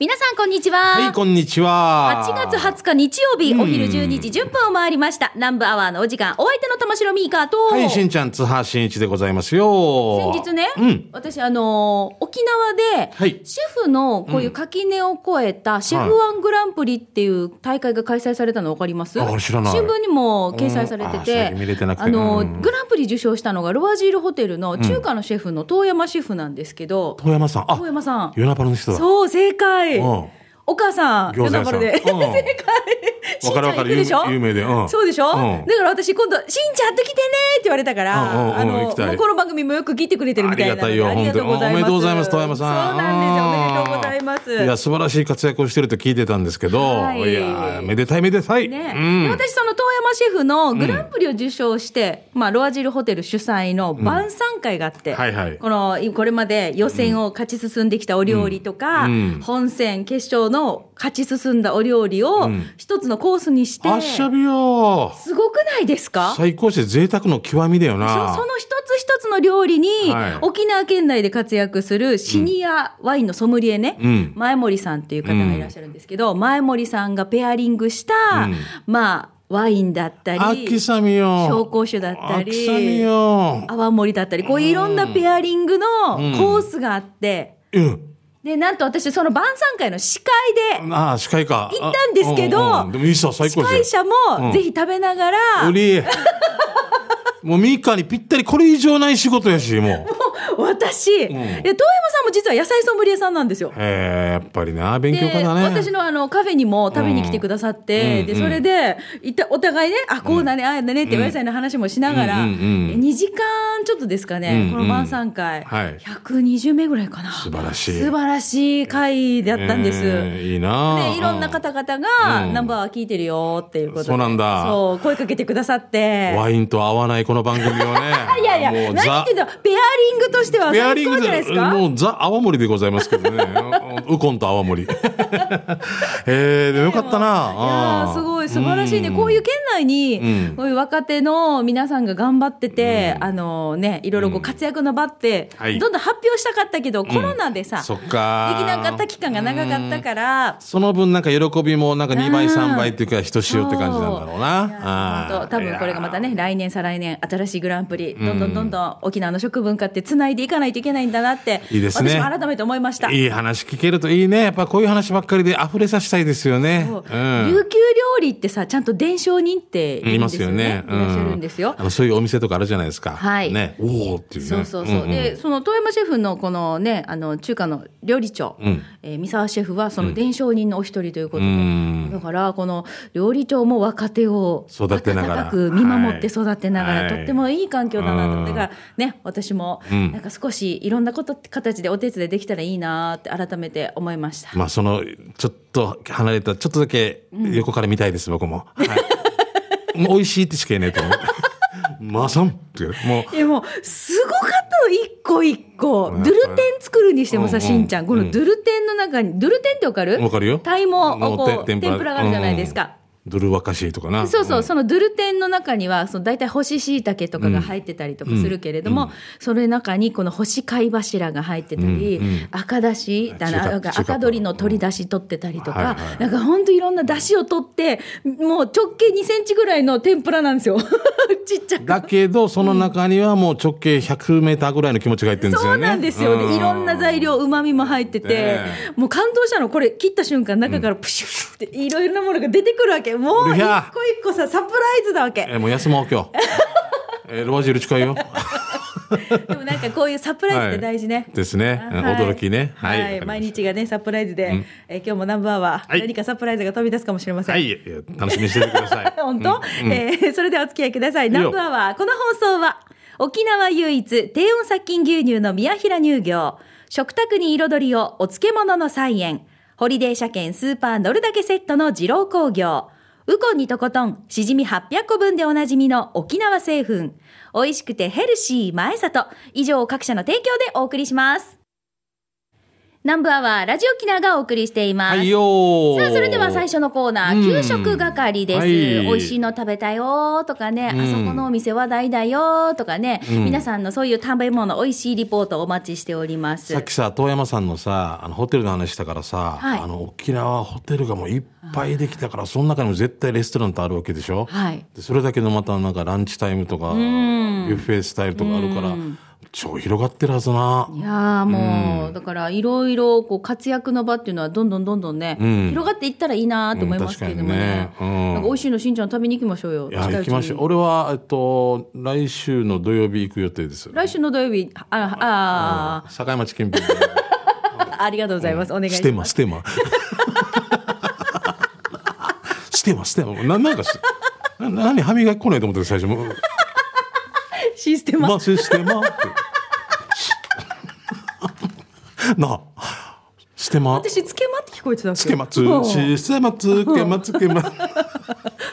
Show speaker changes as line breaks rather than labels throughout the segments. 皆さんこんにちは。
はい、こんにちは。
8月20日日曜日、お昼12時10分を回りました。南部アワーのお時間、お相手の玉城ミーカーと、
はい、しんちゃん、津波しんいちでございますよ。
先日ね、
うん。
私、あのー沖縄で、
はい
シェフのこういう垣根を越えた、シェフワングランプリっていう大会が開催されたの分かります、
あ知らない
新聞にも掲載されて
うんあ
て、
最近見れてなくて
あのー
うん
グランプリ受賞したのが、ロアジールホテルの中華のシェフの遠山シェフなんですけど、
遠山さん。あ
遠、山さん。
ヨナパルの人だ。
そう、正解。
うん
お母さん、
餃子屋さん
ヨナバルで。
うん
正解。しんちゃん行くでしょ
わかるわかる有有名でうん
そうでしょ、
うん
だから私今度、しんちゃんと来てねって言われたから、
うんうんうん
あの、
行きたい
もうこの番組もよく聞いてくれてるみたいなので。
ありがたいよ、
ありがとうございます。
おめでとうございます、遠山さん。
そうなんですよ。おめでとうございます。
うんいや、素晴らしい活躍をしてると聞いてたんですけど、
はい
い、や、めでたいめでたい。
ね
うん
で私その遠山シェフのグランプリを受賞して、まあ、ロアジルホテル主催の晩餐会があって、
うんはいはい
このこれまで予選を勝ち進んできたお料理とか、
うんうん
本戦決勝の勝ち進んだお料理を一つのコースにして、
あっしゃびよー。
すごくないですか
最高して贅沢の極みだよ
そその
な。
一つ一つの料理に、
はい
沖縄県内で活躍するシニアワインのソムリエね、
うん
前森さんという方がいらっしゃるんですけど、前森さんがペアリングした、まあ、ワインだったり、
秋さみよ。
紹興酒だったり
秋さみよ。
泡盛だったり、こういういろんなペアリングのコースがあって、
うん。
で、なんと私、その晩餐会の司会で
ああ、司会か。
行ったんですけど、
あうんうんでもいいさ、最
司
高ですよ
会者
う
も
ん
ぜひ食べながら、
おり もうミカにぴったりこれ以上ない仕事やしもう
私、いや遠山さんも実は野菜ソムリエさんなんですよ。
えー、やっぱりな勉強家だね
私のあのカフェにも食べに来てくださって、
うん
で
うん
それでいったお互いねあこうだね、ああだねってお野菜の話もしながら、
うんうんうんうん
2時間ちょっとですか
うん
ね、
うん
この晩餐会、
はい
120名ぐらいかな
素晴らしい
素晴らしい会だったんです、
えーいいな
でいろんな方々が、
うん
ナンバーは聞いてるよっていうことで
そうなんだ
そう声かけてくださって
ワインと合わないこの番組をね
いやいや
も
何
う
言
ザ
ってんだペアリングとしては
ペアリ
最
ン
高
グ
じゃないですか
もうザ泡盛でございますけどね ウコンと泡盛えー、でもよかった
いや
な
ーすごい素晴らしいね、こういうう県内に、
うん
こういう若手の皆さんが頑張ってて、あのね、いろいろこう活躍の場って、
はい
どんどん発表したかったけど、コロナでさ、
そ
で
っか
きなかった期間が長かったから、
その分なんか喜びもなんか2倍
うん
3倍っていうかひとしおって感じなんだろう
いやー
な
ほんと
あー
多分これがまたね、来年、再来年、新しいグランプリ、どんどんどんどん沖縄の食文化ってつないでいかないといけないんだなって、
いいですね
私も改めて思いました。
いい話聞けるといいね。やっぱこういう話ばっかりで溢れさせたいですよね。
そう
うん
琉球料理ってさ、ちゃんと伝承人って
い
いま
ますす
よ
よ
ね
ね。。
いらっしゃるんですよ
う。あのそういうお店とかあるじゃないですか。
はい
ね。おおっていうね。
そうそうそう、
んん
でその遠山シェフのこのねあの中華の料理長、
ん
えー三沢シェフはその伝承人のお一人ということで、
うん
だからこの料理長も若手を
育てながら
温く見守って
は
育てながら、
はい
とってもいい環境だなと、
うん
だからね私も
ん
なんか少しいろんなこと形でお手伝いできたらいいなって改めて思いました。
まあその、ちょっと離れた、ちょっとだけ横から見たいです、僕も。 はい。もう美味しいってしか言えないと思う。 まあさんって言うも
いやもうすごかったの一個一個ド
ん
ゥルテン作るにしてもさ、
うんうん
しんちゃんこのドゥルテンの中にドゥルテンってわかる
わかるよ
タイも
もう
こう天
てんぷら
ぷらがあるじゃないですか、
う、ドルワカシとかな。
そうそう、そのドゥルテンの中には、その大体干し椎茸とかが入ってたりとかするけれども、それ中にこの干し貝柱が入ってたり、
うんうん
赤だし、だな
中華
なんか
中華
赤鶏の鶏だし取ってたりとか、
うんはいはい
なんか本当いろんなだしを取って、もう直径2センチぐらいの天ぷらなんですよ。 ちっちゃく。
だけど、その中にはもう直径100メーターぐらいの気持ちが入ってるんですよ
そ
ね。
うなんですよ、でいろんな材料、うまみも入ってて、
ね
もう感動したの、これ、切った瞬間、中からプシュッっていろいろなものが出てくるわ け、もう
う
一
りゃ
個一個さ、サプライズだわけ
え。ーもう休もう今 日。えーロアジル近いよ。
でもなんかこういうサプライズって大事ね。
ですね。うん
はい
驚きね。は。
はいい、
わか
毎
りまし
日がね、サプライズで、えー今日もナンバーは
はい
何かサプライズが飛び出すかもしれませ
た
ん。。
はい。いや楽しみにしててくださ い
本当、えーそれではお付き合いください。
よ
ナンバーは、この放送は、沖縄唯一低温殺菌牛乳の宮平乳業、食卓に彩りをお漬物の菜園、ホリデー車検スーパー乗るだけセットの二郎工業、ウコンにとことん、しじみ800個分でおなじみの沖縄製粉、美味しくてヘルシー前里、以上各社の提供でお送りします。南部アワーラジオキナがお送りしています。
はいよー
さあ、それでは最初のコーナー、
うん
給食係です。
はい
美味しいの食べたよーとかね、
うん
あそこのお店話題だよーとかね、
うん
皆さんのそういう食べ物、美味しいリポートお待ちしております。
さっきさ遠山さんのさあのホテルの話したからさ、
はい
あの沖縄ホテルがもういっぱいできたからその中にも絶対レストランってあるわけでしょ、
はい。
でそれだけのまたなんかランチタイムとかビュッフェスタイルとかあるから超広がってるはずない
やーもう、だからいろいろこう活躍の場っていうのはどんどんどんどんね、
うん
広がっていったらいいなーと思いますけれどもね。
うん確かにねうん
なんか美味しいのしんちゃん食べに行きましょうよ。
いや行きましょう俺は、えっと、来週の土曜日行く予定です
来週の土曜日、あ、あ、
境町近 辺
あありがとうございます。お願いし
ス
ます。
テマステ マステマステマななんかしな何歯磨き来ないと思って最初もう
システマ。
まあ、システマって。 なあ、ステマ。
私、つけまって聞こえてたんで
つ
す
け
よ
まつ、システマつけまつけま、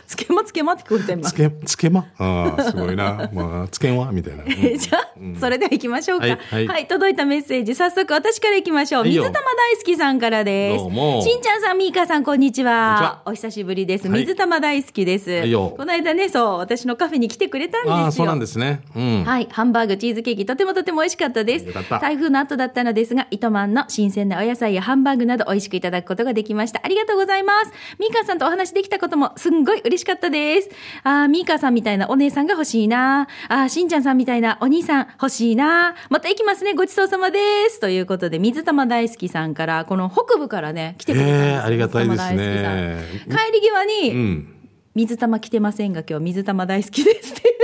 つけまつけまって聞こえてま
つ
す。
け、つけま。 ああ、すごいな。まあ、つけんわ、み たいな。うん
えじゃあ、それでは行きましょうか、
は
はいい
はい
届いたメッセージ早速私から行きましょう
はいよ
水玉大好きさんからです
どうも
しんちゃんさんみーかさんこんにち
こんにち
は
は
お久しぶりです、
はい
水玉大好きです、
いよ
この間ねそう私のカフェに来てくれたんですよ
ああ、そうなんですね。うん。
はい、ハンバーグ、チーズケーキ、とてもとても美味しかったです
よかっ。た
台風の後だったのですが、糸満の新鮮なお野菜やハンバーグなど美味しくいただくことができました。ありがとうございます。ミーカーさんとお話できたこともすんごい嬉しかったです。あーミーカーさんみたいなお姉さんが欲しいな。あーしんちゃんさんみたいなお兄さん欲しいな。また行きますね。ごちそうさまです。ということで、水玉大好きさんから、この北部からね、来てくれたんです
ええありがたいで
水
す
玉大好
ね。
きさん帰り際に、
うん。
水玉来てませんが今日水玉大好きですって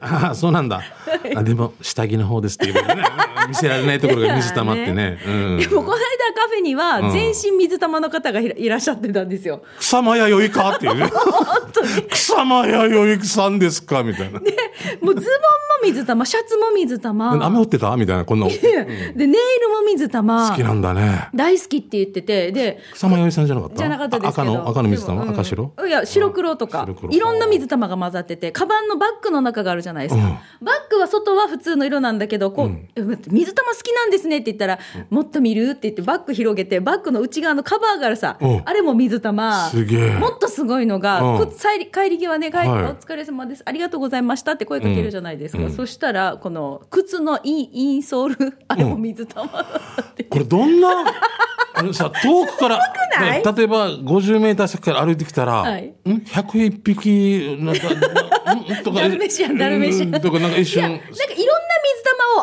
ああ、そうなんだ。あ、でも、下着の方ですっていう ことね。見せられないところが水玉ってね。うん
で。もこの間カフェに
う
は
ん
全身水玉の方がいらいらっしゃってたんですよ。
草間弥生かって いうね。草間弥生さんですかみたいな。
もうズボンも水 玉、シャツも水
雨
玉。
降ってたみたいな、こんな。
で、ネイルも水
好
玉
き。なんだね。
大好きって言ってて、で、
草間彌生さんじゃなかった
じゃなかったですけ
あ
ど。
赤の、赤の水玉、
でもうん
赤白
いや、白黒とか
白黒。
いろんな水玉が混ざってて、カバンのバッグの中があるじゃないですか。
うん
バッグは外は普通の色なんだけど、こう、え待って水玉好きなんですねって言ったら、もっと見るって言ってバッグ広げて、バッグの内側のカバーがあるさ
うん、
あれも水玉。
すげえ
もっとすごいのが、
うん
こ帰り帰り際ね、帰り、
はい
お疲れ様です。ありがとうございましたって声かけるじゃないですか。
うん
そしたら、この靴のインインソール、あれも水玉だったって。
これどんな、あのさ、遠くから、
ない
例えば50メーター先から歩いてきたら、
はい
ん ?101 匹、なんか、んとか、
ダルメシアンダルメシアン
うんとか、なんか一
いや、なんか、いろ
瞬
んな水玉をあんな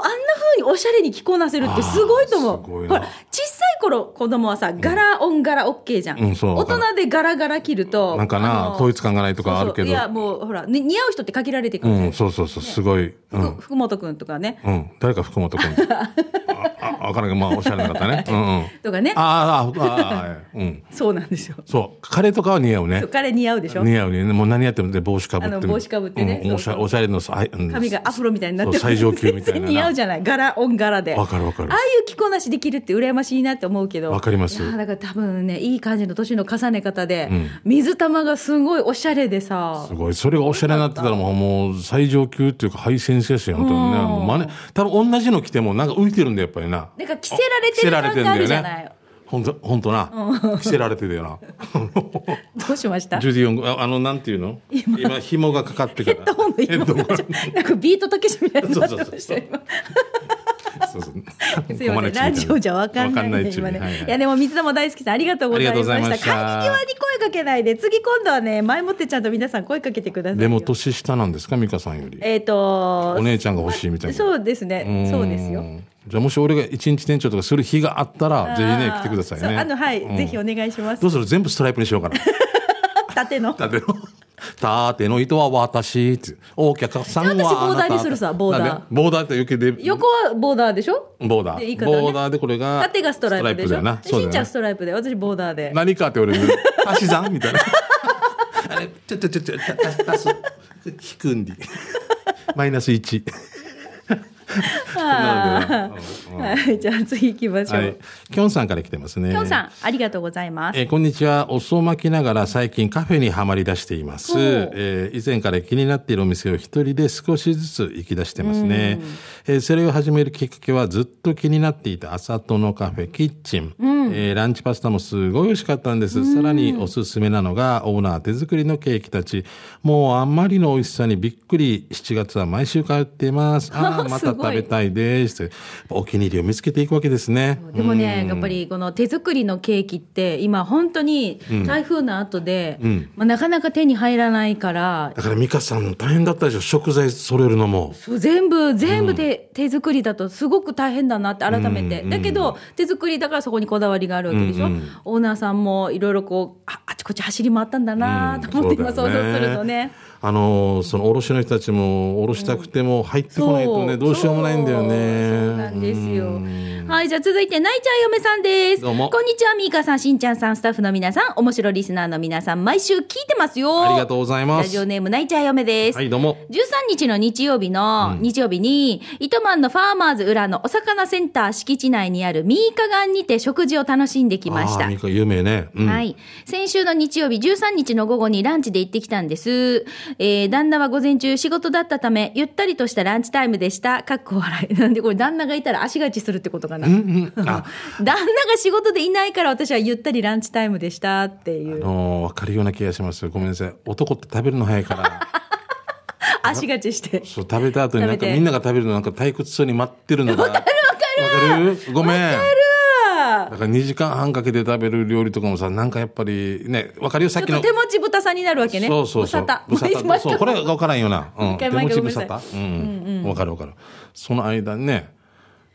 風におしゃれに着こなせるってすごいと思う。
あーすごい
ほ
な
ら、小さい頃、子供はさ、柄、オン柄 OK じゃん。
うんそう
大人で柄柄着ると。
なんか
あ
な、
の
統一感がないとかあるけ
そうそう
ど
い、や、もう、ほら、ね似合う人って限られてく
う
るじゃない
ん、そうそうそう、すごい、う
ふ
ん、
福本くんとかね。
うん、誰か福本君。 あ、あ、わからんけど、まあ、おしゃれな方ね。うん、うん。
とかね。
あーあー、あーあー、うん。
そうなんですよ。
そう、彼とかは似合うね
そう。彼似合うでしょ
似合うね。もう何やってもね帽子かぶって
あ
る
の帽子かぶってね
うんおし
そ
ゃ
うそう
おしゃれのさ、あいうん
髪がアフロみたいになってる
そう最上級みたいな
全然似合うじゃない柄オン柄で
わかるわかる
ああいう着こなしできるって羨ましいなって思うけど
わかります
いやだから多分ねいい感じの年の重ね方で、
ん
水玉がすごいおしゃれでさ
すごい。それがおしゃれになってたらも う、もう最上級っていうか、ハイセンスやし、本当にね。
うん
もう真似、多分同じの着てもなんか浮いてるんだよ、やっぱりな。
なんか着せられてる感があるじゃない、
ほんと、ほんとな。着せられてるよな。
どうしました
ジュディ・オング、ああの、なんていうの今、紐がかかってから。
ヘッドホンの今
ヘッドホン
なんかビートたけしみたいになってま
そう
し
そ
た
うそう
今
そうそう
すいませんラジオじゃわかんないんで
わ
今ね、
はいいはい
やでも水玉大好きさんありがとうございました帰り
ありがとうございました
際に声かけないで次今度はね前もってちゃんと皆さん声かけてくださいよ
でも年下なんですか、美香さんより。
えっ、と
お姉ちゃんが欲しいみたいな。
そうですね。そうです
う
よ。
ん。じゃあもし俺が一日店長とかする日があったら、ぜひね、来てください
そう
ね。
あのはい、
うん
ぜひお願いします
ど。うする全部ストライプにしよう かな。
縦の。
縦の。 縦の糸は私って。お客さんはあなた。
私ボーダーにするさボーダー
なんでボーダーって受けで、
横はボーダーでしょ。
ボーダ
でいい
ー。
方ね
ボーダーでこれが、
縦がストライプでし
スト
ょ。
だよな。
でしんちゃん
そ
ストライプで、私ボーダーで
うだよ。何かって言わ れる。足し算みたいな。あれ、ちょちょちょちょ、た足す。引くんで。マイナス1。
あ
なので
ーはい、じゃあ次行きましょう。
はい。きょんさんから来てますね。
きょんさん、ありがとうございます。
えーこんにちは。お酢を巻きながら最近カフェにはまり出しています。
おう
えー以前から気になっているお店を一人で少しずつ行き出してますね。えーそれを始めるきっかけはずっと気になっていた朝とのカフェキッチン、えーランチパスタもすごい美味しかったんです。さらにおすすめなのがオーナー手作りのケーキたち。もうあんまりの美味しさにびっくり。7月は毎週通ってい ます。ああ、
すごい
また食べたいです。お気に入りを見つけていくわけですね。
でもね、やっぱりこの手作りのケーキって、今本当に台風の後で、まあ、なかなか手に入らないから、
だから美香さん大変だったでしょ食材揃えるのも。
そう全部、全部手,、手作りだとすごく大変だなって改めて。だけど、手作りだからそこにこだわりがあるわけでしょ。オーナーさんもいろいろこう、ああちこち走り回ったんだなと思って今想
そ
像
うだよね
するとね。
あのーその卸の人たちも卸したくても入ってこないとね、どうしようもないんだよ
そうそう
ね。
なんですよ
うん。
はい、じゃあ続いて、ないちゃん嫁さんです。
どうも
こんにちは、みーかさん、しんちゃんさん、スタッフの皆さん、面白リスナーの皆さん、毎週聞いてますよ。
ありがとうございま
ラジ
す。
オネーム、ないちゃん嫁です。
はい、どうも。
13日の日曜日の、日曜日に、糸満のファーマーズ裏のお魚センター敷地内にあるミーカガンにて食事を楽しんできまし
あ
た
ー。美香有名ね。うん。
はい。先週の日曜日13日の午後にランチで行ってきたんです。えー、旦那は午前中仕事だったため、ゆったりとしたランチタイムでした。かっこ笑い。 なんでこれ旦那がいたら足がちするってことかな。
うんうんあ、
旦那が仕事でいないから私はゆったりランチタイムでしたってい
あ
う。
のーわかるような気がします。ごめんなさい。男って食べるの早いから。
足がちして。
そう、食べた後になん
食
か
べて
みんなが食べるのなんか退屈そうに待ってるのが。わかるわかるわかるごめん。
あ
だから2時間半かけて食べる料理とかもさ、なんかやっぱりね、わかるよ、さ
ー
っ
ち
き
ょっと
の。
手持ち豚さんになるわけね。
そうそうそう。
無 沙汰。毎
そう、
回
これが分からんよな。う
一
ん。
回
手
毎
持
回
ち
ごめん
無
な
沙
さい
汰うん。分かる分かる。その間ね、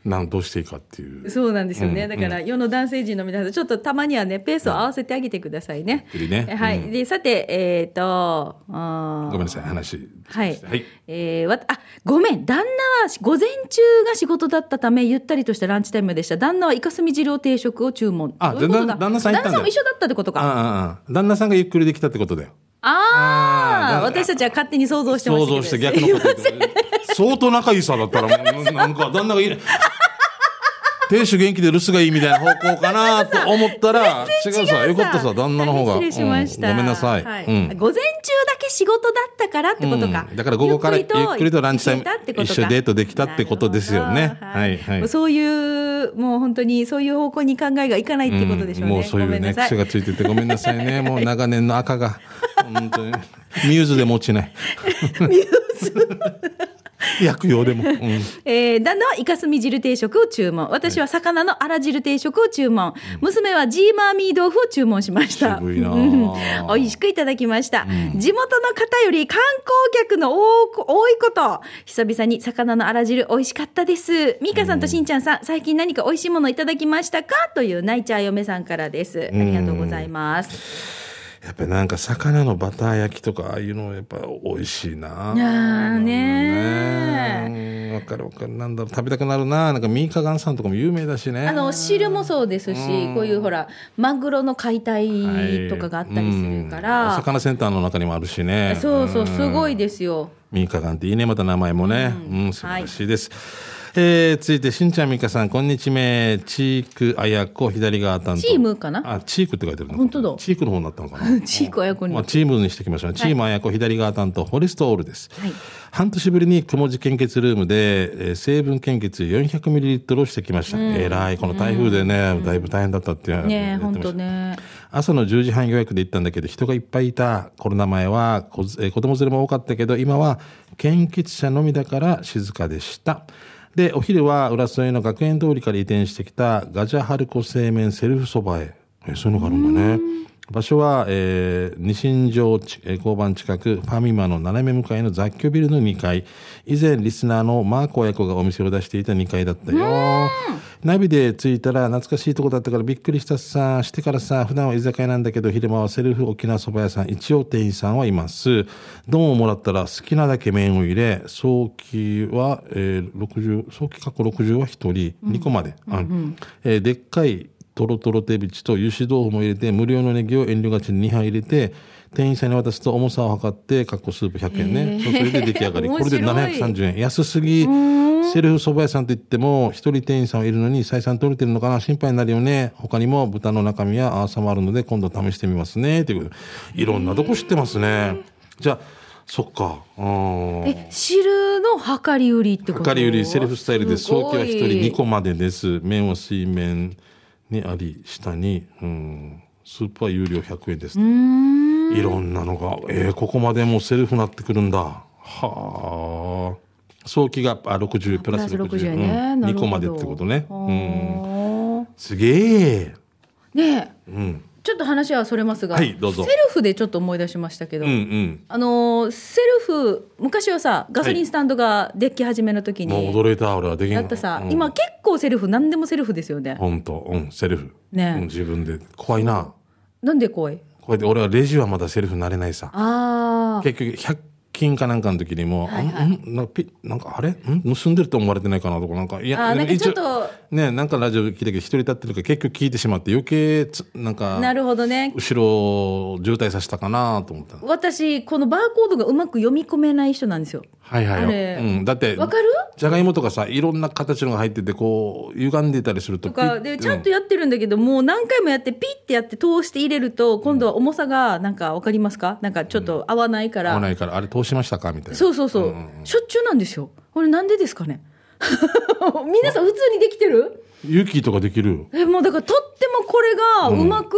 なんどうしていいかっていう。
そうなんですよね、
うん
だから世の男性陣の皆さんちょっとたまにはねペースを合わせてあげてくださいね。
ゆっくりね
えはい、
うん
でさてえっ、とあー
ごめんなさい、話。
はい、
はい。
えーわあごめん旦那は午前中が仕事だったためゆったりとしたランチタイムでした旦那はイカスミ汁を定食を注文
あ
どういうことだ
旦旦那さん行ったんだ
旦那
よ
も一緒だったってこと
ああ
か
ああ、旦那さんがゆっくりできたってことだよ。
ああ
あーだ
私たちは勝手に想像してましたけど
想像して逆のこと 言って相当仲いいさだったら、もうなんか旦那がいい。亭主元気で留守がいいみたいな方向かなと思ったら、違うさ、よかったさ、旦那の方が。
失礼しました、
うんごめんなさい。
は
うん
午前中だけ仕事だったからってことか、
うんだから午後からゆっくりとランチタイム
行けたってことか
一緒にデートできたってことですよ
な
ね
るほどはい
はいはい
そういうもう本当にそういう方向に考えがいかないってことでしょうね、
もうそうい
ご
う
めんな
ね、
さい
癖がついててごめんなさい ね。もう長年の赤が、本当に。ミューズでも落ちない。ミューズ薬 用でも。うん
えー旦那はイカスミ汁定食を注文。私は魚のあら汁定食を注文。娘はジーマーミー豆腐を注文しました。
渋いなあ
うん美味しくいただきました。地元の方より観光客の多く多いこと。久々に魚のあら汁美味しかったです。ミカさんとしんちゃんさん、最近何か美味しいものいただきましたかというナイチャー嫁さんからです。ありがとうございます。
やっぱりなんか魚のバター焼きとか、ああいうのやっぱ美味しいな。
いやーねー
ねーわかるわかる。なんだろう、食べたくなるな。なんかミーカガンさんとかも有名だしね。
あの、汁もそうですし、こういうほら、マグロの解体とかがあったりするから。
うんお魚センターの中にもあるしね。
そうそう、すごいですよ。
ミカガンっていいね、また名前もね。うん、素晴らしいです。えー、続いて、しんちゃんみかさん、こんにちめ。チーク、あやこ、左側担当。
チームかな
あ、チークって書いてあるの
本当だ
チークの方になったのかな
チークあやこに
まあ、チームにしてきましょう。チームあやこ、左側担当、ホリストオールです。
はい
半年ぶりに雲地献血ルームで、えー成分献血 400ml をしてきました。えらい。この台風でね、だいぶ大変だったって言われてま
ねえ、
した
ほんとね。
朝の10時半予約で行ったんだけど人がいっぱいいたコロナ前は子,、えー子供連れも多かったけど今は献血者のみだから静かでしたでお昼は浦添の学園通りから移転してきたガジャハルコ製麺セルフそばへえーそういうのがあるんだね場所は、えー、二新城ち、えー交番近く、ファミマの斜め向かいの雑居ビルの2階。以前、リスナーのマーコ親子がお店を出していた2階だったよ。ナビで着いたら懐かしいとこだったからびっくりしたさ。してからさ、普段は居酒屋なんだけど、昼間はセルフ沖縄そば屋さん、一応店員さんはいます。丼をもらったら好きなだけ麺を入れ、早期は、えー、60、早期過去60は1人、2個まで。うんえーでっかい、とろとろ手びちと油脂豆腐も入れて無料のネギを遠慮がちに2杯入れて店員さんに渡すと重さを測ってかっこスープ100円ね、そうそれで出来上がりこ
面
れ
白
で
い
730円安すぎセルフ蕎麦屋さんといっても一人店員さんはいるのに採算取れてるのかな心配になるよね他にも豚の中身やあーさもあるので今度試してみますねということでいろんなとこ知ってますねじゃあそっかうん
え、汁の量り売りってこと
量り売りセルフスタイルで早期は1人2個
も。
までです麺は水面にあり下に、うん、スープは有料100円です
うーん。
いろんなのがえーここまでもうセルフなってくるんだはあ早期があ60プ
プ
ラ
ラ
ス
ス
60
60円ね。
うん
なる
2
ほど
個までってことね、うん、
はあ
すげえ、
ねえ
うん、
ちょっと話はそれますが、
はいどうぞ
セルフでちょっと思い出しましたけど、
うんうん
あのーセルフ昔はさガソリンスタンドができ始めの時
もう
に
驚いた俺はできん
やったさ、
うん
今結構セルフ何でもセルフですよね、
ほんとうんセルフ、
ね
うん、自分で怖いな
なんで怖い
こうやって俺はレジはまだセルフ慣れないさ
ああ
結局100均かなんかの時にも「
はいはい
んんなんかピなんかあれん盗んでると思われてないかな」とかなんかい
あーなんか
一応
ちょっ
ねなんかラジオ聞いたけど一人立ってるから結局聞いてしまって余計つなんか
なるほどね
後ろを渋滞させたかなと思ったの
私このバーコードがうまく読み込めない人なんですよ
はいはい
あれ
うん、だって
わかる
じゃがいもとかさいろんな形のが入っててこう歪んでたりすると
とかでちゃんとやってるんだけど、もう何回もやってピッてやって通して入れると今度は重さがなんか分かりますかなんかちょっと合わないか
合
ら、
わないからあれ通しましたかみたいな
そうそうそう、しょっちゅうなんですよこれなんでですかね 皆さん普通にできてる
勇気とかできる
えもうだからとってもこれがうまく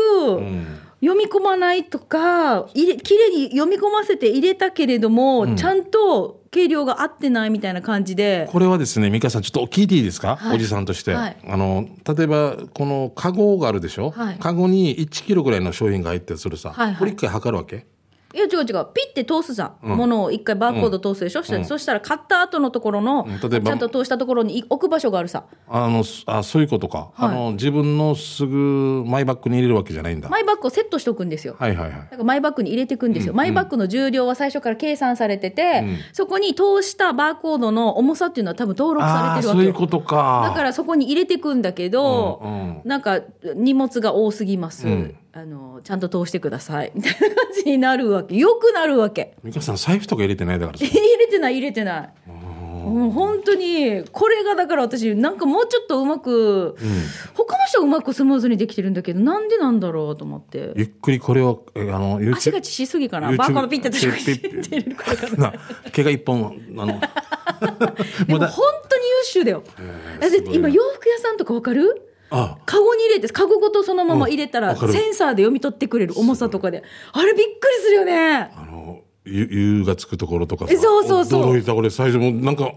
読み込まないとか入れ綺麗に読み込ませて入れたけれども、ちゃんと計量が合ってないみたいな感じで
これはですね、美香さん、ちょっと聞いていいですか、
はい
おじさんとして、
はい
あの、例えば、このカゴがあるでしょ、
はい
カゴに1キロぐらいの商品が入ってするさ、
はいはい
これ一回測るわけ
いや違う違うピッて通すじゃん、ものを一回バーコード通すでしょ、そしたらそしたら買った後のところの、
うん
ち
例
ゃ
えば
んと通したところに置く場所があるさ
あの、すあそういうことか、
はい
あの、自分のすぐマイバッグに入れるわけじゃないんだ。
マイバッグをセットしておくんですよ、
はいはいはい。
なんかマイバッグに入れていくんですよ、マイバッグの重量は最初から計算されてて、そこに通したバーコードの重さっていうのは多分登録さ
あ
れ
あー、
てるわ
そう
け
いう
よ
ことか。
だからそこに入れていくんだけど、
うんうん
なんか荷物が多すぎます、
ん
あのちゃんと通してくださいみたいな感じになるわけよくなるわけ
美香さん、財布とか入れてないだからさ。
入れてない入れてないもう本当にこれがだから私なんかもうちょっとうまく、他の人はうまくスムーズにできてるんだけどなんでなんだろうと思って
ゆっくりこれを、えあの、YouTube
足がちしすぎかな
YouTube
バーコードピッて私が
ピッピッ
入れるから
な毛が一本、あの、
でも本当に優秀だよ。だって今洋服屋さんとかわかる
あ、
カゴに入れてカゴごとそのまま入れた
う
ら
んわかる
センサーで読み取ってくれる重さとかであれびっくりするよね
あの、ゆ、ゆがつくところとかさ。
えそうそうそう
驚いた、俺、最初もうなんか、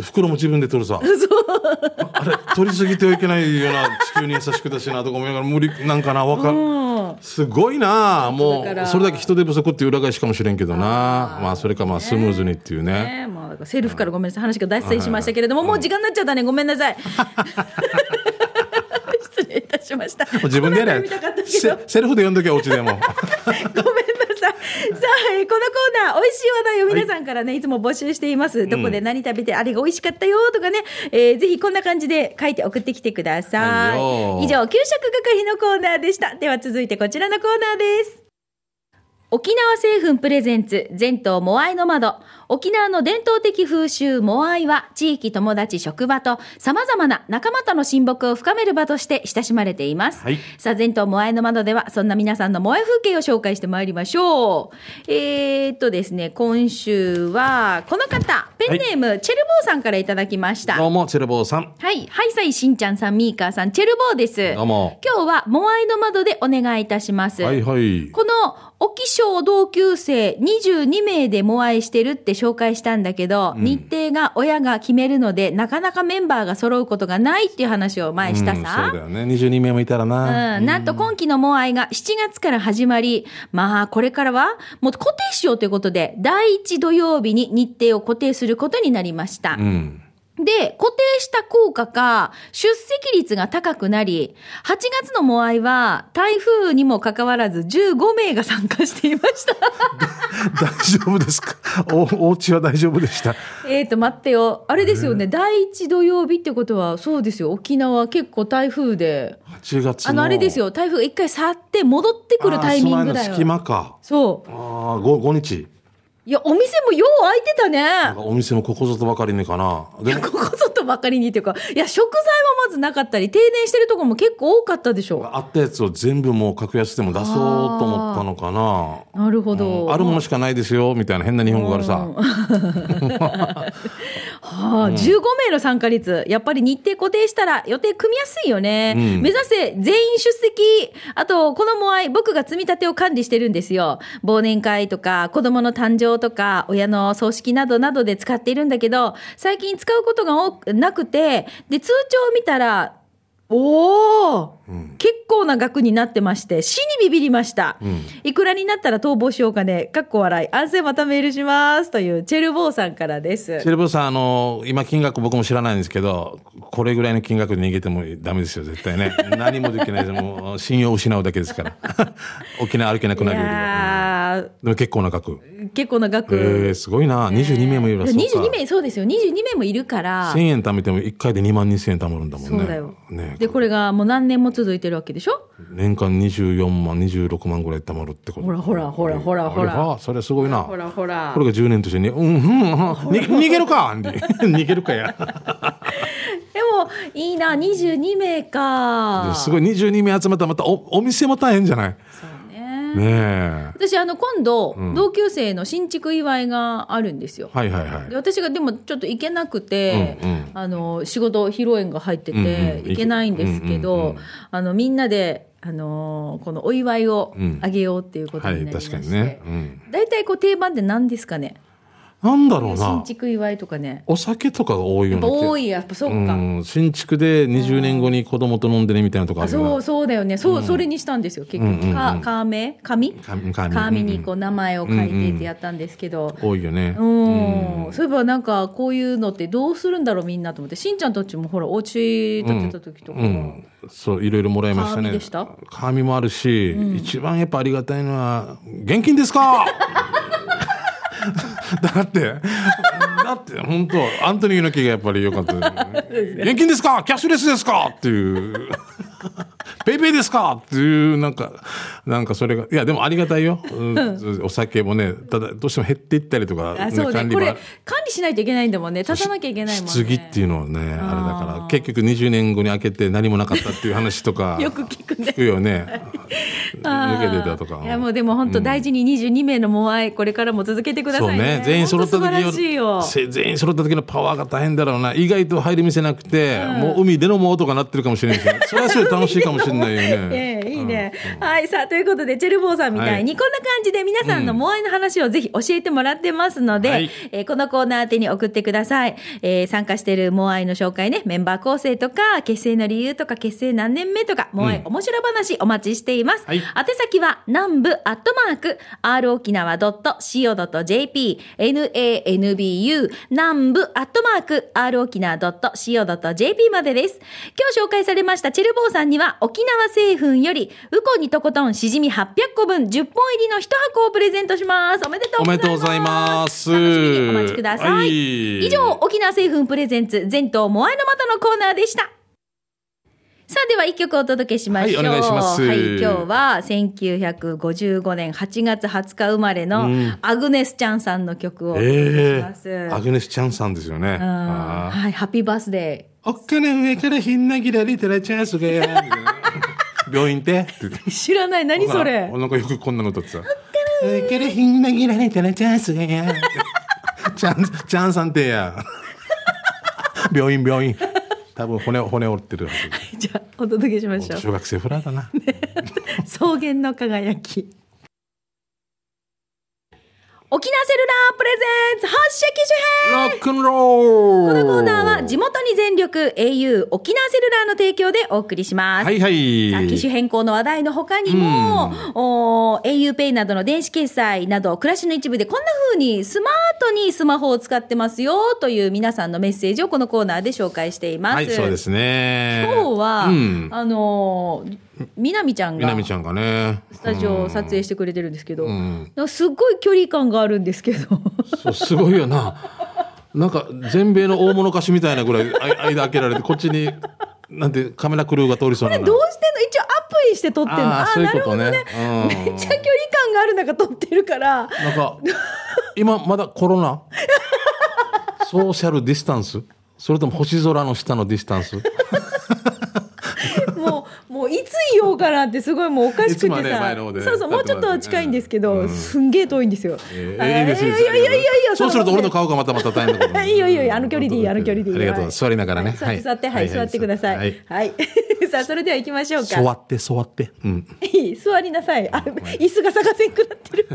袋も自分で取る さ。ああれ、取りすぎてはいけないような、地球に優しくだしな、とか思いながら、無理、 なんかな、わか
う
る。
ん
すごいなも
だから
う、それだけ人手不足っていう裏返しかもしれんけどなまあ、それかまあ、スムーズにっていう
ね
ね。
まあ、だからセルフからごめんなさい話が脱線しましたけれども、もう時間になっちゃったねごめんな さい 失礼いたしました
もう自分でや
この
れ
辺見たかったけ。ど
セセルフで読んどきゃ、お家でも。
ごめんなさい。さあ、えーこのコーナー、美味しい話題を皆さんからね、い、つも募集しています。どこで何食べて、あれが美味しかったよとかね、えーぜひこんな感じで書いて送ってきてください。
はいよ
以上、給食係のコーナーでした。では続いてこちらのコーナーです。沖縄製粉プレゼンツ全島モアイの窓沖縄の伝統的風習モアイは地域友達職場と様々な仲間との親睦を深める場として親しまれています、
はい
さあ前頭モアイの窓ではそんな皆さんのモアイ風景を紹介してまいりましょうえー、っとですね今週はこの方ペンネーム、チェルボーさんからいた だきました
どうも、チェルボーさん。
はい、はいさいしんちゃんさんミーカーさんチェルボーです
どうも
今日はモアイの窓でお願いいたします
はいはい。
この沖小同級生22名でモアイしてるって紹介したんだけど、日程が親が決めるのでなかなかメンバーが揃うことがないっていう話を前した
うん、そう
さ、
だよね。22名もいたらな。
うん、なんと今期のモアイが7月から始まり、まあこれからはもう固定しようということで、第1土曜日に日程を固定することになりました。
うん。
で、固定した効果か、出席率が高くなり、8月のモアイは、台風にもかかわらず15名が参加していました。
大丈夫ですか おお家は大丈夫でした。
えーと、待ってよ。あれですよね。第一土曜日ってことは、そうですよ。沖縄結構台風で。
8月の。
あの、あれですよ。台風が一回去って戻ってくるタイミングだ
あーその間隙
よ。
間か。
そう。
ああ、5、5日。
いや、お店もよう開いてた
なん
ね。
かお店もここぞとばかりねかな。でも、
ここぞとばかりにっていうか、いや、食材はまずなかったり、停電してるとこも結構多かったでしょ。
あったやつを全部もう格安でも出そうと思ったのかな。
なるほ
う
ど。
んあるものしかないですよ、みたいな変な日本語からさ。
はあ、15名の参加率、やっぱり日程固定したら予定組みやすいよね。
うん
目指せ、全員出席。あと、このモアイ、僕が積み立てを管理してるんですよ。忘年会とか、子供の誕生とか、親の葬式などなどで使っているんだけど、最近使うことが多くなくて、で、通帳を見たら、おお、結構な額になってまして、死にビビりました。
うん
いくらになったら逃亡しようかね。かっこ笑い。安静またメールします。という、チェルボーさんからです。
セレブさん、あの、今金額僕も知らないんですけど、これぐらいの金額で逃げてもダメですよ、絶対 ね。何もできないです。もう信用を失うだけですから。 沖縄歩けなく
い
なるよりは。
や
うんでも結構な額。
ー、結構な額。
ええすごいな。22名もいるら
いや
そうか
22名、そうですよ。22名もいるから
1000。円貯めても1回で2万2000円貯まるんだもんね。
そうだよ。
ね
で、これがもう何年も続いてるわけでしょ
年間24万、26万ぐらい貯まるってこと。
ほらほらほらほらほら
あれはそれすごいな。
ほらほら
こ。れが10年としてね、うん、うん、うんに逃げるか 逃げるかや。
でも、いいな、22名
で
か
も。すごい22名集まったらまたおお店も大変じゃない
そうね。
ねえ。
私、あの、今度、同級生の新築祝いがあるんですよ。
はいはいはい
で。私がでもちょっと行けなくて、
うんうん
あの仕事披露宴が入って
うん
て
うん
行けないんですけど、
うんうんうん
あのみんなで、あのーこのお祝いをあげようっていうこと
は
に
い、
なりまし
確
て、
かにね。うん。
大体こう定番って何ですかね
なんだろう
新
な。
築祝いとかね
お酒とかが多いよ
や
う
っ
な
ぱ
気が
多いやっぱそうか、
うん。新築で20年後に子供と飲んでねみたいなとこあ
あ
るよな
そうそうだよねそう、それにしたんですよ結
うんうんう
局
ん
か亀紙
紙紙
紙にこう名前を書いていてやったんですけど、
多いよね。
うんそういえばなんかこういうのってどうするんだろうみんなと思ってしんちゃんたちもほらお家建てた時とか、
うん、そういろいろもらいましたね
鏡でした
紙もあるし、一番やっぱありがたいのは「現金で すか! 」だってだって本当アントニー猪木がやっぱり良かったですね現金ですかキャッシュレスですかっていう「ペイペイですか!」っていうなんかなんかそれがいやでもありがたいよ、 うん、お酒もねただどうしても減っていったりとか、
あそうね
管理
こ
場
れ管理しないといけないんだもんね足さなきゃいけないもんね
次っていうのはねあれだから結局20年後に開けて何もなかったっていう話とか
よく聞くね
聞くよね
あ
抜
ー
けてたとか
いやもうでも本当大事に22名のモアイこれからも続けてくだ
そ
さ
う
いね
ね全員揃った時
本当素晴らしいよ
よせ全員揃った時のパワーが大変だろうな意外と入り見せなくて、もう海で飲もうとかなってるかもしれないし それはそれで楽しいかもしれないよね
ええいいね、はいさあということでチェルボーさんみたいに、こんな感じで皆さんのモアイの話をぜひ教えてもらってますので、
はい
えーこのコーナー宛てに送ってください、えー参加しているモアイの紹介ねメンバー構成とか結成の理由とか結成何年目とかモアイ面白話お待ちしています、
はい
宛先は南部アットマーク r 沖縄 .co.jp nanbu 南部アットマーク r 沖縄 .co.jp までです今日紹介されましたチェルボーさんには沖縄製粉よりウコンにとことんしじみ800個分10本入りの1箱をプレゼントしますおめでとう
お
ございます
めでと
楽しみに
うございます
お待ちください、
はい
以上沖縄製粉プレゼンツ全島モアイの的のコーナーでしたさあでは一曲お届けしましょう、
はいお願いします
はい今日は1955年8月20日生まれ
う
の
ん
アグネスちゃんさんの曲をお
え
届けします、
えアグネス・チャンさんですよね
うん
あー
はい、ハッピーバースデ
おっかな上からひんなぎられたらチャンスがや病院ってって言って
ー。知らない、何それ。
なんかよくこんなの歌ってた。えー、けどひんなぎられたらチャンスがや。チャン、チャンさんてや。病院病院。多分骨、骨折ってるは
じゃあ、お届けしましょ
ず。
う。
小学生フラだな。
草原の輝き。沖縄セルラープレゼンツ発射機種編
ロックンロ
こ
ー
の
ル
コーナーは地元に全力 au 沖縄セルラーの提供でお送りします。
はいはい。
さあ機種変更の話題の他にも、おー auPay などの電子決済など、暮らしの一部でこんな風にスマートにスマホを使ってますよという皆さんのメッセージをこのコーナーで紹介しています。
はい、そうですね。
今日は、
うん。
あのー、みなみちゃん
み
が
なみちゃんがね。
スタジオを撮影してくれてるんですけど、
うん。
なんかすっごい距離感があるんですけど。
そう、すごいよな。なんか、全米の大物歌手みたいなぐらい、あ間開けられて、こっちに、なんて、カメラクルーが通りそうな。
どうしてんの一応アップにして撮ってんの
ああ、そういうことね。
なるほど
う
め
ん
っちゃ距離感がある中撮ってるから
なんか、今まだコ ロナソーシャルディスタンスそれとも星空の下のディスタ ンス
もうもういつ言おうかなってすごいもうおかしくて
いつも
さ、
ね前の方でね
そうそうもうちょっと近いんですけど、
うん
すんげえ遠いんですよ、
え
あー
ーいいですいいです
いやいやいやいや
そうすると俺の
顔
顔がまたまた大変だか ら。
いいよいいよいいよあの距離でいいあの距離でいい
ありがと
は
う
い
座りながらね
座って座ってはい、座ってください
は
はいい、 さあそれでは行きましょう
座
か
って座ってうん
いい座りなさいあ椅子が探せんくなってる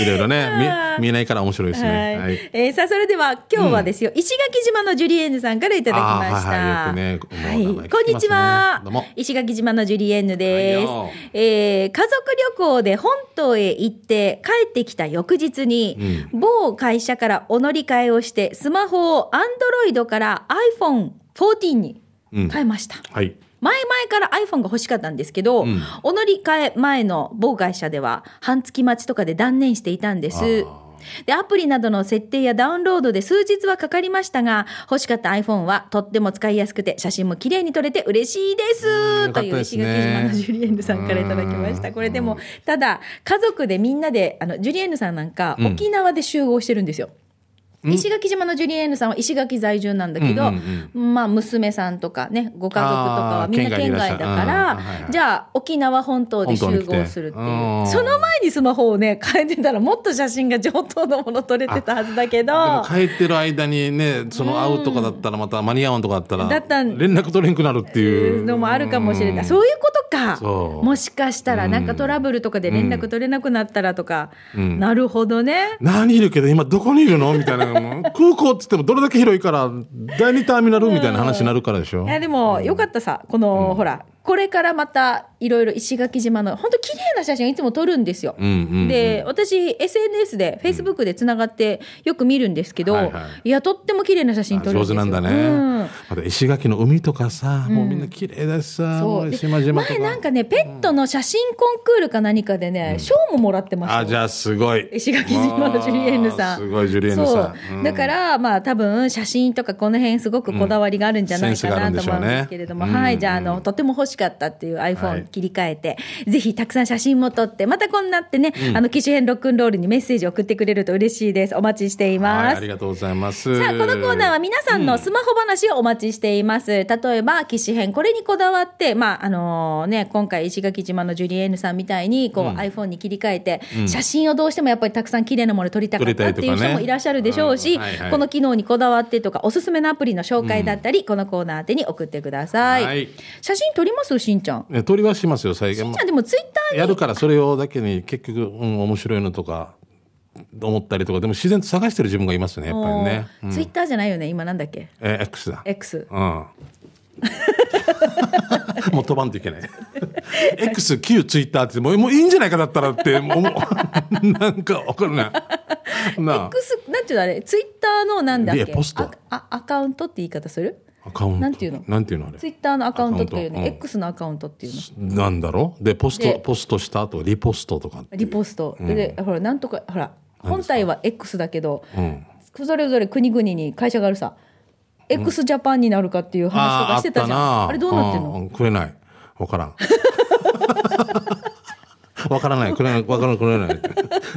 いろいろね
あー
見見えないから面白いですね
は
はいい
えーさあそれでは今日はですよ、石垣島のジュリエンヌさんからいただきました。
あーはいはいよくねもう名前
は
聞きますね
いこんにちは
どうも。
石垣島のジュリエンヌです
はいよ。
えー家族旅行で本島へ行って帰ってきた翌日に、某会社からお乗り換えをしてスマホを Android から iPhone14 に
うん
変えました。
はい
前々から iPhone が欲しかったんですけど、
うん
お乗り換え前の某会社では半月待ちとかで断念していたんで
あ
す
ー。
で、アプリなどの設定やダウンロードで数日はかかりましたが、欲しかった iPhone はとっても使いやすくて、写真も綺麗に撮れて嬉しいです。
よ
と
かっ
い
た
う
です
石
ね
垣島のジュリエンヌさんからいただきまし
う
た。
ん
これでも、ただ、家族でみんなで、あの、ジュリエンヌさんなんか、
うん
沖縄で集合してるんですよ。
うん
石垣島のジュリエンヌさんは石垣在住なんだけ
うん
ど
うん、
まあ、娘さんとかね、ご家族とかはみんな
あー県外にい
県
らっしゃ
外
る
だか
うんはいは
ら、
い
じゃあ、沖縄本島で集
本島に来て
合するっていう
う。ん
その前にスマホをね、変えてたら、もっと写真が上等のもの撮れてたはずだけど、
でも帰ってる間にねその会うとかだったらまた間に合わんとかだったら
だったん
連絡取れんくなるっていう
のもあるかもしれない。
う
そういうことか。
そう
もしかしたら、
うん
なんかトラブルとかで連絡取れなくなったらとか、
うん
なるほどね。
何いるけど今どこにいるのみた いなもう空港っつってもどれだけ広いから第二ターミナルみたいな話になるからでしょ
いや、でも、よかったさ。この、ほら、これからまた、いろいろ石垣島の、本当綺麗な写真いつも撮るんですよ。
うんうんうん
で私 SNS で Facebook でつながってよく見るんですけど、
はい
い
は
やとっても綺麗な写真撮るんです
上手
よ
なんだね、
うん
また石垣の海とかさ、もうみんな綺麗だしさも
そう
う
で
島々とか
前なんかねペットの写真コンクールか何かでね賞、ももらってましたよ
あじゃあすごい
石垣島のジュリエンヌ
わ
さ
あ
ん
すごいジュリエンヌさ
そうんだからまあ多分写真とかこの辺すごくこだわりがあるんじゃないか
うんセンスがある
なん
で
と
しょう
思
ね
うんですけれども、
うん
はいじゃああのとても欲しかったっていう
は
iPhone
い
切り替えて、ぜひたくさん写真も撮ってまたこんなってね、あの機種編ロックンロールにメッセージ送ってくれると嬉しいですお待ちしてい
は
ま
い、あ
す
りがとうございます
さあ、このコーナーは皆さんのスマホ話をお待ちしています。例えば、機種編、これにこだわって、まあ、あのね、今回、石垣島のジュリエーヌさんみたいに、こう、iPhone に切り替えて、写真をどうしてもやっぱりたくさん綺麗なもの撮りたかったっていう人もいらっしゃるでしょうし、
撮りたいとかねうんはいはい
この機能にこだわってとか、おすすめのアプリの紹介だったり、このコーナー宛てに送ってください。
はい
写真撮りますしんちゃん。
ね取りはしますよ最
し
近
んちゃん、でもツイッターに。
やるからそれをだけに結局、うん、面白いのとか思ったりとかでも自然と探してる自分がいますねやっぱりね、うん
ツイッターじゃないよね、今なんだっけ
えー X だ
?X。
うん もう飛ばんといけない X 旧ツイッターってもうもういいんじゃないかだったらって思う なんかわかるななあ
X、なんていうのあれ、ツイッターのなんだっ
い
け
やポスト
ああアカウントって言い方する
アカウント
なんていうの
なんていうのあれ
ツイッターのアカウントっていう
アカ
ね、
ウントうん
X のアカウントっていうの。
なんだろうでポスト
で
ポストしたとかリポストとかっていう
リポスト。で、ほら、なんとか、ほら、
何で
本
すか
体は X だけど、
うん
それぞれ国々に会社があるさ、X ジャパンになるかっていう話と
あ
か
あ
してたじゃん。
あった
あ
な
れどうなってんの
うんくれないわからん わからないくれないわからんくれない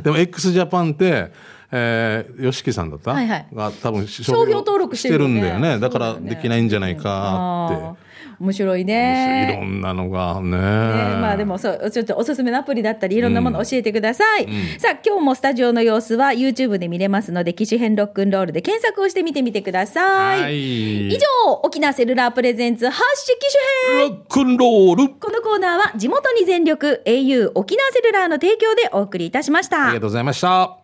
でも x ジャパンってえー、よしきさんだった、
はいはい
が多分
商標登録してるよね
んだよねだか
そ
ら
うだよね
できないんじゃないかって
あ面白いね。
いろんなのがね。
ねまあでもそう、ちょっとおすすめのアプリだったり、いろんなもの教えてください。さあ、今日もスタジオの様子は YouTube で見れますので、機種編ロックンロールで検索をしてみてみてください。
はい
以上、沖縄セルラープレゼンツ発信機種編
ロックンロール。
このコーナーは地元に全力 au 沖縄セルラーの提供でお送りいたしまし
あり
た
が。とうございました。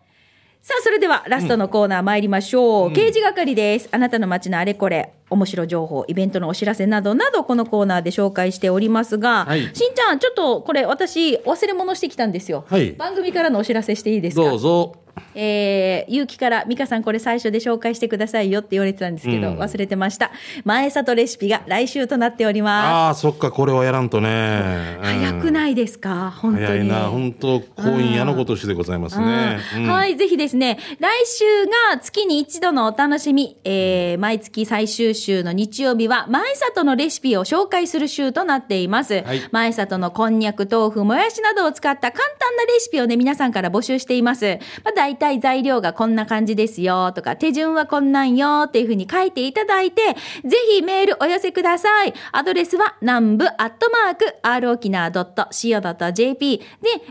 さあ、それではラストのコーナー参りましょう。刑事係です。あなたの街のあれこれ、面白情報、イベントのお知らせなどなど、このコーナーで紹介しておりますが、
はい
しんちゃん、ちょっとこれ私、忘れ物してきたんですよ。
はい
番組からのお知らせしていいですか
どうぞ。
えー、ゆうきから、美香さんこれ最初で紹介してくださいよって言われてたんですけど、忘れてました。前里レシピが来週となっております。
ああ、そっか、これはやらんとね。
早くないですか本当に。
早いな、本当婚姻やのごとしでございますね。うん
はい、ぜひですね、来週が月に一度のお楽しみ、えー、毎月最終週の日曜日は、前里のレシピを紹介する週となっています。
はい
前里のこんにゃく、豆腐、もやしなどを使った簡単なレシピをね、皆さんから募集しています。まあ、大体材料がこんな感じですよとか、手順はこんなんよっていうふうに書いていただいて、ぜひメールお寄せください。アドレスは南部アットマーク r 沖縄 .co.jp で、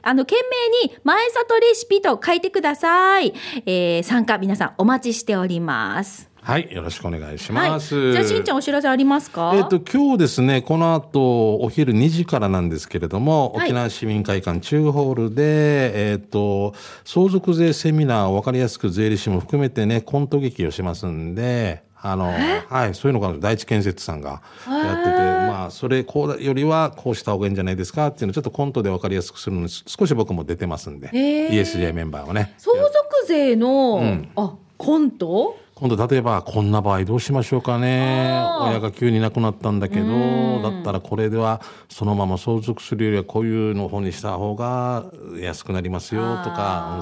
あの、懸命に前里レシピと書いてください。えー、参加皆さんお待ちしております。
はい、よろしくお願いし
は
ま
い。
す。
じゃあ、しんちゃんお知らせありますか
えっ、と、今日ですね、この後、お昼2時からなんですけれども、
はい
沖縄市民会館中ホールで、えっ、と、相続税セミナーを分かりやすく税理士も含めてね、コント劇をしますんで、あの、はい、そういうのが第一建設さんがやってて、まあ、それこうだよりはこうした方がいいんじゃないですかっていうのをちょっとコントで分かりやすくするのに、少し僕も出てますんで、
へー
ESJ メンバーをね。
相続税の、あ、コント
今度例えばこんな場合どうしましょうかね
あー
親が急に亡くなったんだけどだったらこれではそのまま相続するよりはこういうの方にした方が安くなりますよとか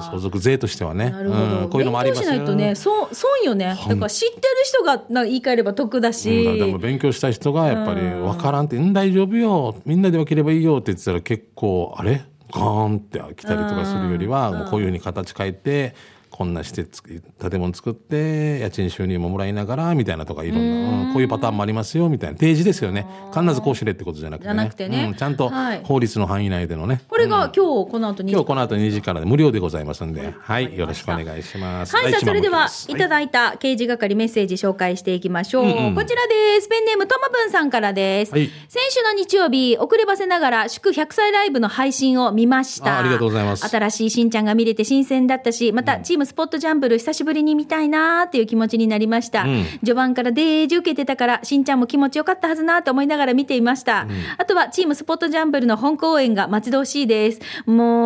あー
相続税としてはね
なるほど、
うんこういうのもあります
勉強しないとね
よ。
損損よねだから知ってる人がなんか言い換えれば得だ
う
し、
ん、でも勉強した人がやっぱり分からんって「うん大丈夫よみんなで分ければいいよ」って言ってたら結構あれガーンって来たりとかするよりはもうこういうふうに形変えてこんなしてつ建物作って家賃収入ももらいながらみたいなとかいろんな、うんこういうパターンもありますよみたいな提示ですよね必ずこうしれってことじゃなくてね
じゃなくてね
うんちゃんと
はい
法律の範囲内でのね、
これが今日この後に
今日この後2時からで無料でございますんで、はい、よろしくお願いします。
はい、さあ、それでは、いた
だ
だいた刑事係メッセージ紹介していきましょう。こちらです。ペンネームともぶんさんからです。
はい
先週の日曜日、遅ればせながら、祝100歳ライブの配信を見ました。
あありがとうございます
新しいしんちゃんが見れて新鮮だったし、また、チームスポットジャンブル、久しぶりに見たいなーっていう気持ちになりました。序盤からデージ受けてたから、しんちゃんも気持ちよかったはずなーと思いながら見ていました。あとは、チームスポットジャンブルの本公演が待ち遠しいです。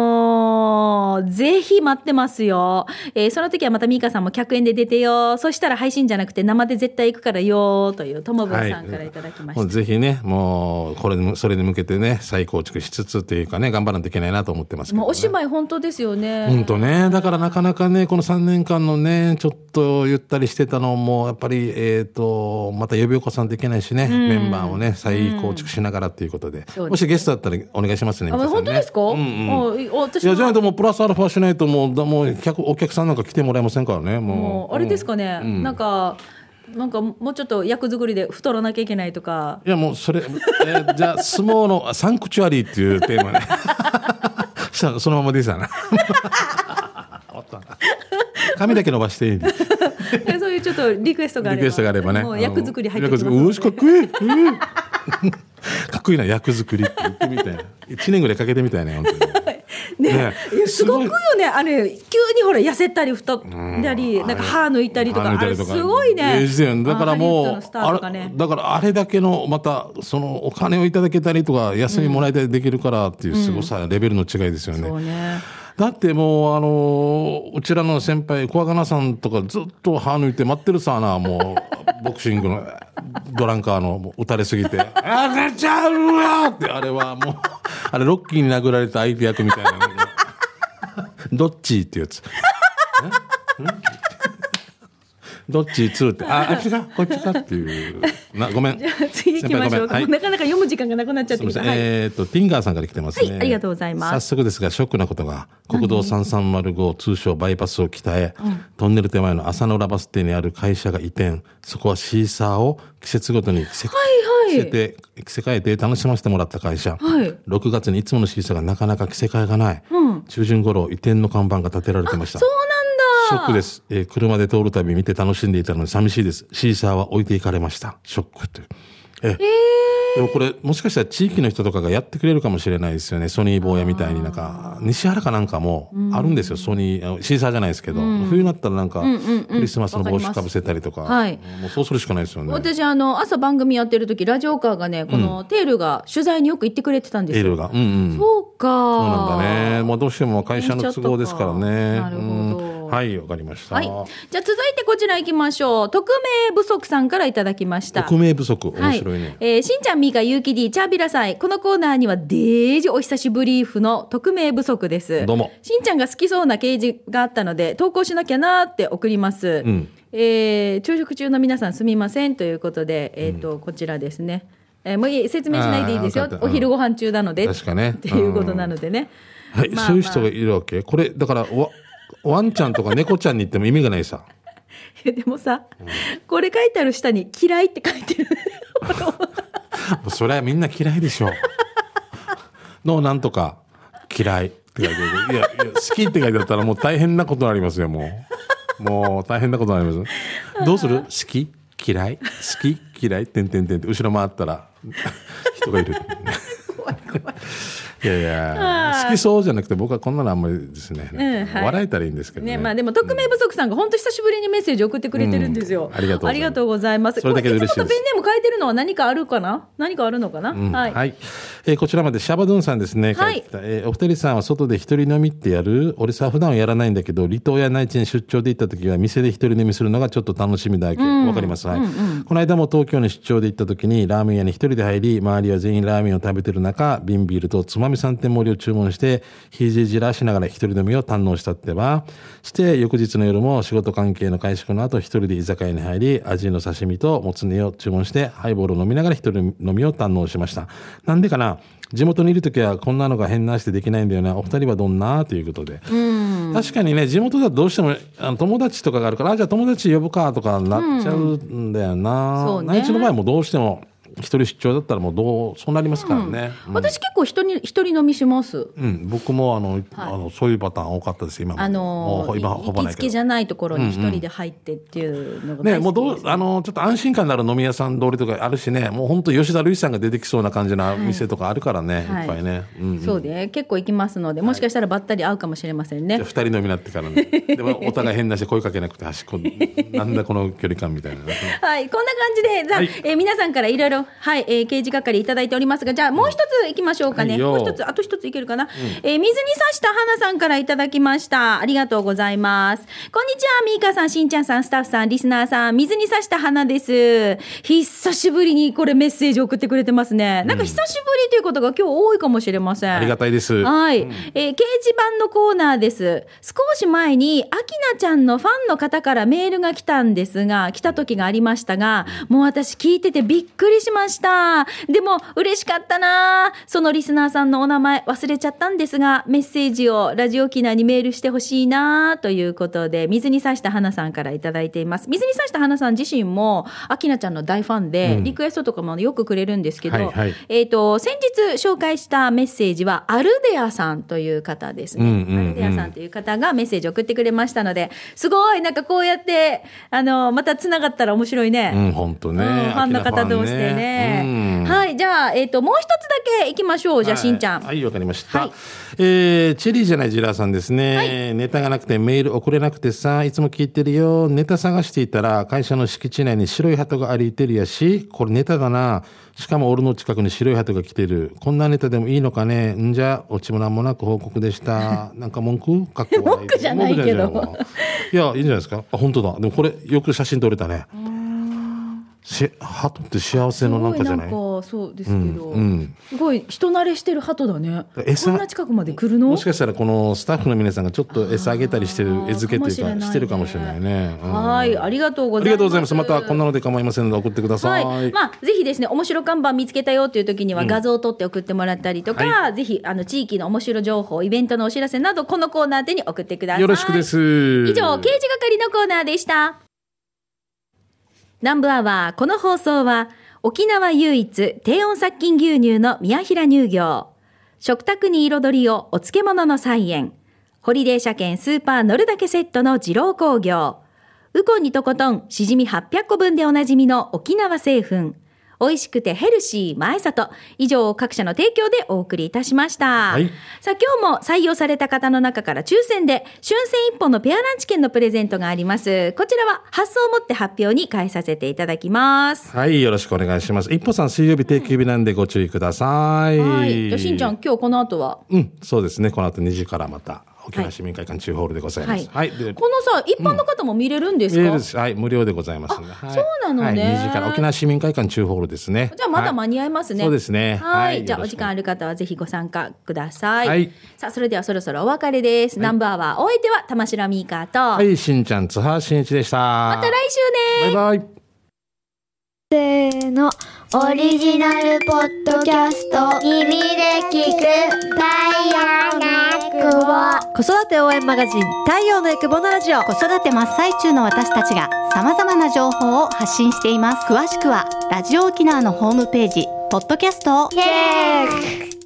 もう、ぜひ待ってますよ。えーその時はまたミーカさんも客演で出てよ。そしたら配信じゃなくて生で絶対行くからよ。という、ともぶん
はい
さんからいただきました。
もうぜひね、もう、これでも、それに向けてね、再構築しつつというかね、頑張らないといけないなと思ってますけど、
も
ね。
うお芝居本当ですよね。
本当ね。だからなかなかね、この3年間のね、ちょっとゆったりしてたのも、やっぱり、えっ、と、また呼び起こさんといけないしね、メンバーをね、再構築しながらっていうことで。
そうですね
もしゲストだったらお願いしますね、
あ
皆さんね
本当ですか、
うんうん。
あい私
い
も
や、じゃないともうプラスアルファしないともう、だもう客、お客さんなんか来てもらえませんからね、も
も
う。
うあれです
か
かね、なんか、なんかもうちょっと役作りで太らなきゃいけないとか。
いやもうそれ、え ーじゃあ相撲のあサンクチュアリーっていうテーマね。 したらそのままでいいさな。髪だけ伸ばしていい。リ
えそういうちょっとリクエストがあれば。
クエストがあればね。
もう役作り入って
きま
き
す。
ま
役作りうわ
す
しかっこいい。うんかっこいいな役作りって言ってみたいな。一年ぐらいかけてみたいね本当に。
ね
ね
いやすごくよね、あれ、急にほら、痩せたり、太ったり、
うん
なんか歯抜いたりとか、
歯抜
あれ、すごいね。
ええですよねだから
ハリウッド
も
の
う
ス、ターとか
あれ
ね、
だからあれだけの、また、そのお金をいただけたりとか、休みもらえたりできるからっていう凄さ、レベルの違いですよね。
そうね。
だってもう、あのーうちらの先輩、小若菜さんとかずっと歯抜いて待ってるさな、もう、 ボクシングのドランカーの、もう打たれすぎて、あれちゃうわって、あれはもう、あれ、ロッキーに殴られた相手役みたいな。どっちってやつ。んんどっち通って、あ、あっちか、こっちかっていう。な、ごめん。
じゃあ 次行きましょうか。
先輩ごめんはい
もうなかなか読む時間がなくなっちゃっ
す
て
み
き
ませ
た。
ん、
はい
えーっと、ティンガーさんから来てますね。
はいありがとうございます
早速ですが、ショックなことが、国道3305通称バイパスを北へ、トンネル手前の浅野浦バス停にある会社が移転、そこはシーサーを季節ごとに着せ,、
はいはい
着せて、着せ替えて楽しませてもらった会社。
はい
6月にいつものシーサーがなかなか着せ替えがない。
うん
中旬頃、移転の看板が立てられてました
そ。う
シ
な
ョ
んだ。
ックです、えー車で通るたび見て楽しんでいたのに寂しいです。シーサーは置いていかれました。ショックという。えでもこれ、もしかしたら地域の人とかがやってくれるかもしれないですよね。ソニー坊やみたいになんか、西原かなんかもあるんですよ。ソニー、あシーサーじゃないですけど。冬になったらなんか、
んうんうん
クリスマスの帽子かぶせたりとか。
わかりま
もうそうするしかないですよね。
私あの朝番組やってる時ラジオカーがねこのテールが取材によく行ってくれてたんです
エー
よ。
ルが。うんうん。
そうか。
そうなんだね。まあどうしても会社の都合ですからね。
なるほど
うんはい、わかりました。
はい。じゃあ続いてこちら行きましょう。匿名不足さんからいただきました。
匿名不足、面白い
はい
ね。
えーしんちゃん、みーか、ゆうきり、チャービラさんへこのコーナーには、デージお久しぶりーふの匿名不足です。
どうも
しんちゃんが好きそうな掲示があったので、投稿しなきゃなーって送ります。
うん
えー昼食中の皆さんすみませんということで、えっ、と、こちらですね。えーもういい説明しないでいいです
あ
よ
ーわ。かった
お
うん
昼ご飯中なので。
確かね
っていうことなのでね。
はい、
まあ
そういう人がいるわけこれだからわワンちゃんとか猫ちゃんに言っても意味がないさ
え でもさ、これ書いてある下に嫌いって書いてる。
もうそれはみんな嫌いでし ょのなんとか嫌いって書いてあるいやいや好きって書いてあったらもう大変なことになりますよもうもう大変なことになりますどうする好き嫌い好き嫌いてんてんてんって後ろ回ったら人がいるいやいや
あー
好きそうじゃなくて僕はこんなのあんまりですね、
うんはい
笑えたらいいんですけどね
ね、まあでも匿名不足さんが本当久しぶりにメッセージ送ってくれてるんですよ。
うんありがとう
ご
ございます
ざいます。
それだけで嬉しいです
これいつもとペンネーム変えてるのは何かあるかな？何かあるのかな？
うん
は。
はいい、えーこちらまでシャバドゥンさんです
は
ね、
い
から来たえーお二人さんは外で一人飲みってやる俺さ普段はやらないんだけど離島や内地に出張で行った時は店で一人飲みするのがちょっと楽しみだわけわ、かります、はいこの間も東京に出張で行った時にラーメン屋に一人で入り周りは全員ラーメンを食べてる中瓶ビールとつまみ三点盛りを注文してひじじらしながら一人飲みを堪能したってばして翌日の夜も仕事関係の会食の後一人で居酒屋に入りアジの刺身ともつ煮を注文してハイボールを飲みながら一人飲みを堪能しましたなんでかな地元にいる時はこんなのが変な話でできないんだよなお二人はどんなということで確かにね地元だとどうしてもあの友達とかがあるからあじゃあ友達呼ぶかとかなっちゃうんだよな、
そうね
内地の場合もどうしても一人出張だったらもうどうそうなりますからね、うん
私結構人に一人飲みします。
うん僕もあの、あのそういうパターン多かったです今も
あの
もう
ー、
今はほ
行
ぼ
き
ない
つ
け
け
ど
じゃないところに一人で入ってっていうのが
ね、
大
も
好
う
き
どうあのちょっと安心感のある飲み屋さん通りとかあるしねもう本当吉田類さんが出てきそうな感じの店とかあるからね、
はい
い、っぱいね、うんうん
そうで結構行きますので、もしかしたらばったり会うかもしれませんね。
じゃあ二人飲みになってからねでもお互い変なし声かけなくて端っこなんだこの距離感みたいな
はい、こんな感じで、じゃあ、
はい
えー皆さんからいろいろ、はい、えー、掲示係いただいておりますが、じゃあ、もう一ついきましょうかね。
はいよ
もう一つ、あと一ついけるかな。えー水に刺した花さんからいただきました。ありがとうございます。こんにちは、ミーカさん、しんちゃんさん、スタッフさん、リスナーさん、水に刺した花です。久しぶりにこれメッセージ送ってくれてますね。なんか久しぶりということが今日多いかもしれません。
ありがたいです
はい、えー掲示板のコーナーです。少し前に、あきなちゃんのファンの方からメールが来たんですが、来た時がありましたが、もう私聞いててびっくりしました。でも、嬉しかったなそのリスナーさんのお名前忘れちゃったんですが、メッセージをラジオキナにメールしてほしいなということで、水に刺した花さんからいただいています。水に刺した花さん自身も、あきなちゃんの大ファンで、リクエストとかもよくくれるんですけど、
はいはい
えー、と先日紹介したメッセージはアルデアさんという方ですね、
うんうんう
ア
ん
ルデアさんという方がメッセージを送ってくれましたのですごいなんかこうやってあのまたつながったら面白いね。
うん本当ね、
うんファンの方同士でね。はい、じゃあ、えっ、と、もう一つだけ行きましょう。じゃあ、しんちゃん。
はい、はいわかりました。
はい
えーチェリーじゃないジラーさんですね、ネタがなくてメール送れなくてさ、いつも聞いてるよ。ネタ探していたら、会社の敷地内に白い鳩が歩いてるやし、これネタだな。しかも俺の近くに白い鳩が来てる。こんなネタでもいいのかね。んじゃ、オチもなんもなく報告で した。なんか文句かっこ悪
文句じゃないけど
文句じゃないいや、いいんじゃないですか。あ、本当だ。でもこれ、よく写真撮れたね。し鳩って幸せのなんかじゃない
すごなんかそうですけど、
うんうん
すごい人慣れしてる鳩だね
餌
こんな近くまで来るの
もしかしたらこのスタッフの皆さんがちょっと餌あげたりしてる
あー
餌付けという
かもしれないね
かしてるかもしれないね、うん
はいありがとうご
あ
ざいます
りがとうございますまたこんなので構いませんので送ってください、
はい、まあ、ぜひですね、面白看板見つけたよという時には、画像を撮って送ってもらったりとか、ぜひ、あの、地域の面白情報、イベントのお知らせなど、このコーナーでに送ってください。
よろしくで。す
以上、刑事係のコーナーでした。南部アワー、この放送は、沖縄唯一低温殺菌牛乳の宮平乳業、食卓に彩りをお漬物の菜園、ホリデー車検スーパー乗るだけセットの二郎工業、ウコンにとことんしじみ800個分でおなじみの沖縄製粉、美味しくてヘルシー前里、以上各社の提供でお送りいたしました。
はい
さあ今日も採用された方の中から抽選で春戦一本のペアランチ券のプレゼントがありますこちらは発送をもって発表に変えさせていただきます
はいよろしくお願いします一歩さん水曜日定休日なんでご注意ください、
はいじゃあしんちゃん今日この後は
うんそうですねこの後2時からまた沖縄市民会館中ホールでございますはい、で
このさ一般の方も見れるんですか、
見えるですはい無料でございますんで、はい、
そうなのね
はい、2時から沖縄市民会館中ホールですね
じゃあまだ間
はい
に合いますね。
はいそうですね
はい。
はい
じゃあ
よ
お
ろ
時
しく
間ある方はぜひご参加ください。
はい
さあそれではそろそろお別れです。ナンバーはお相手は玉城ミーカーと、
はい、しんちゃん津波しんいちでしたま
また来週ね。
バイバイ
せーのオリジナルポッドキャスト耳で聞くダイアナクボ
子育て応援マガジン太陽のエクボのラジオ
子育て真っ最中の私たちが様々な情報を発信しています詳しくはラジオ沖縄のホームページポッドキャストを
チェック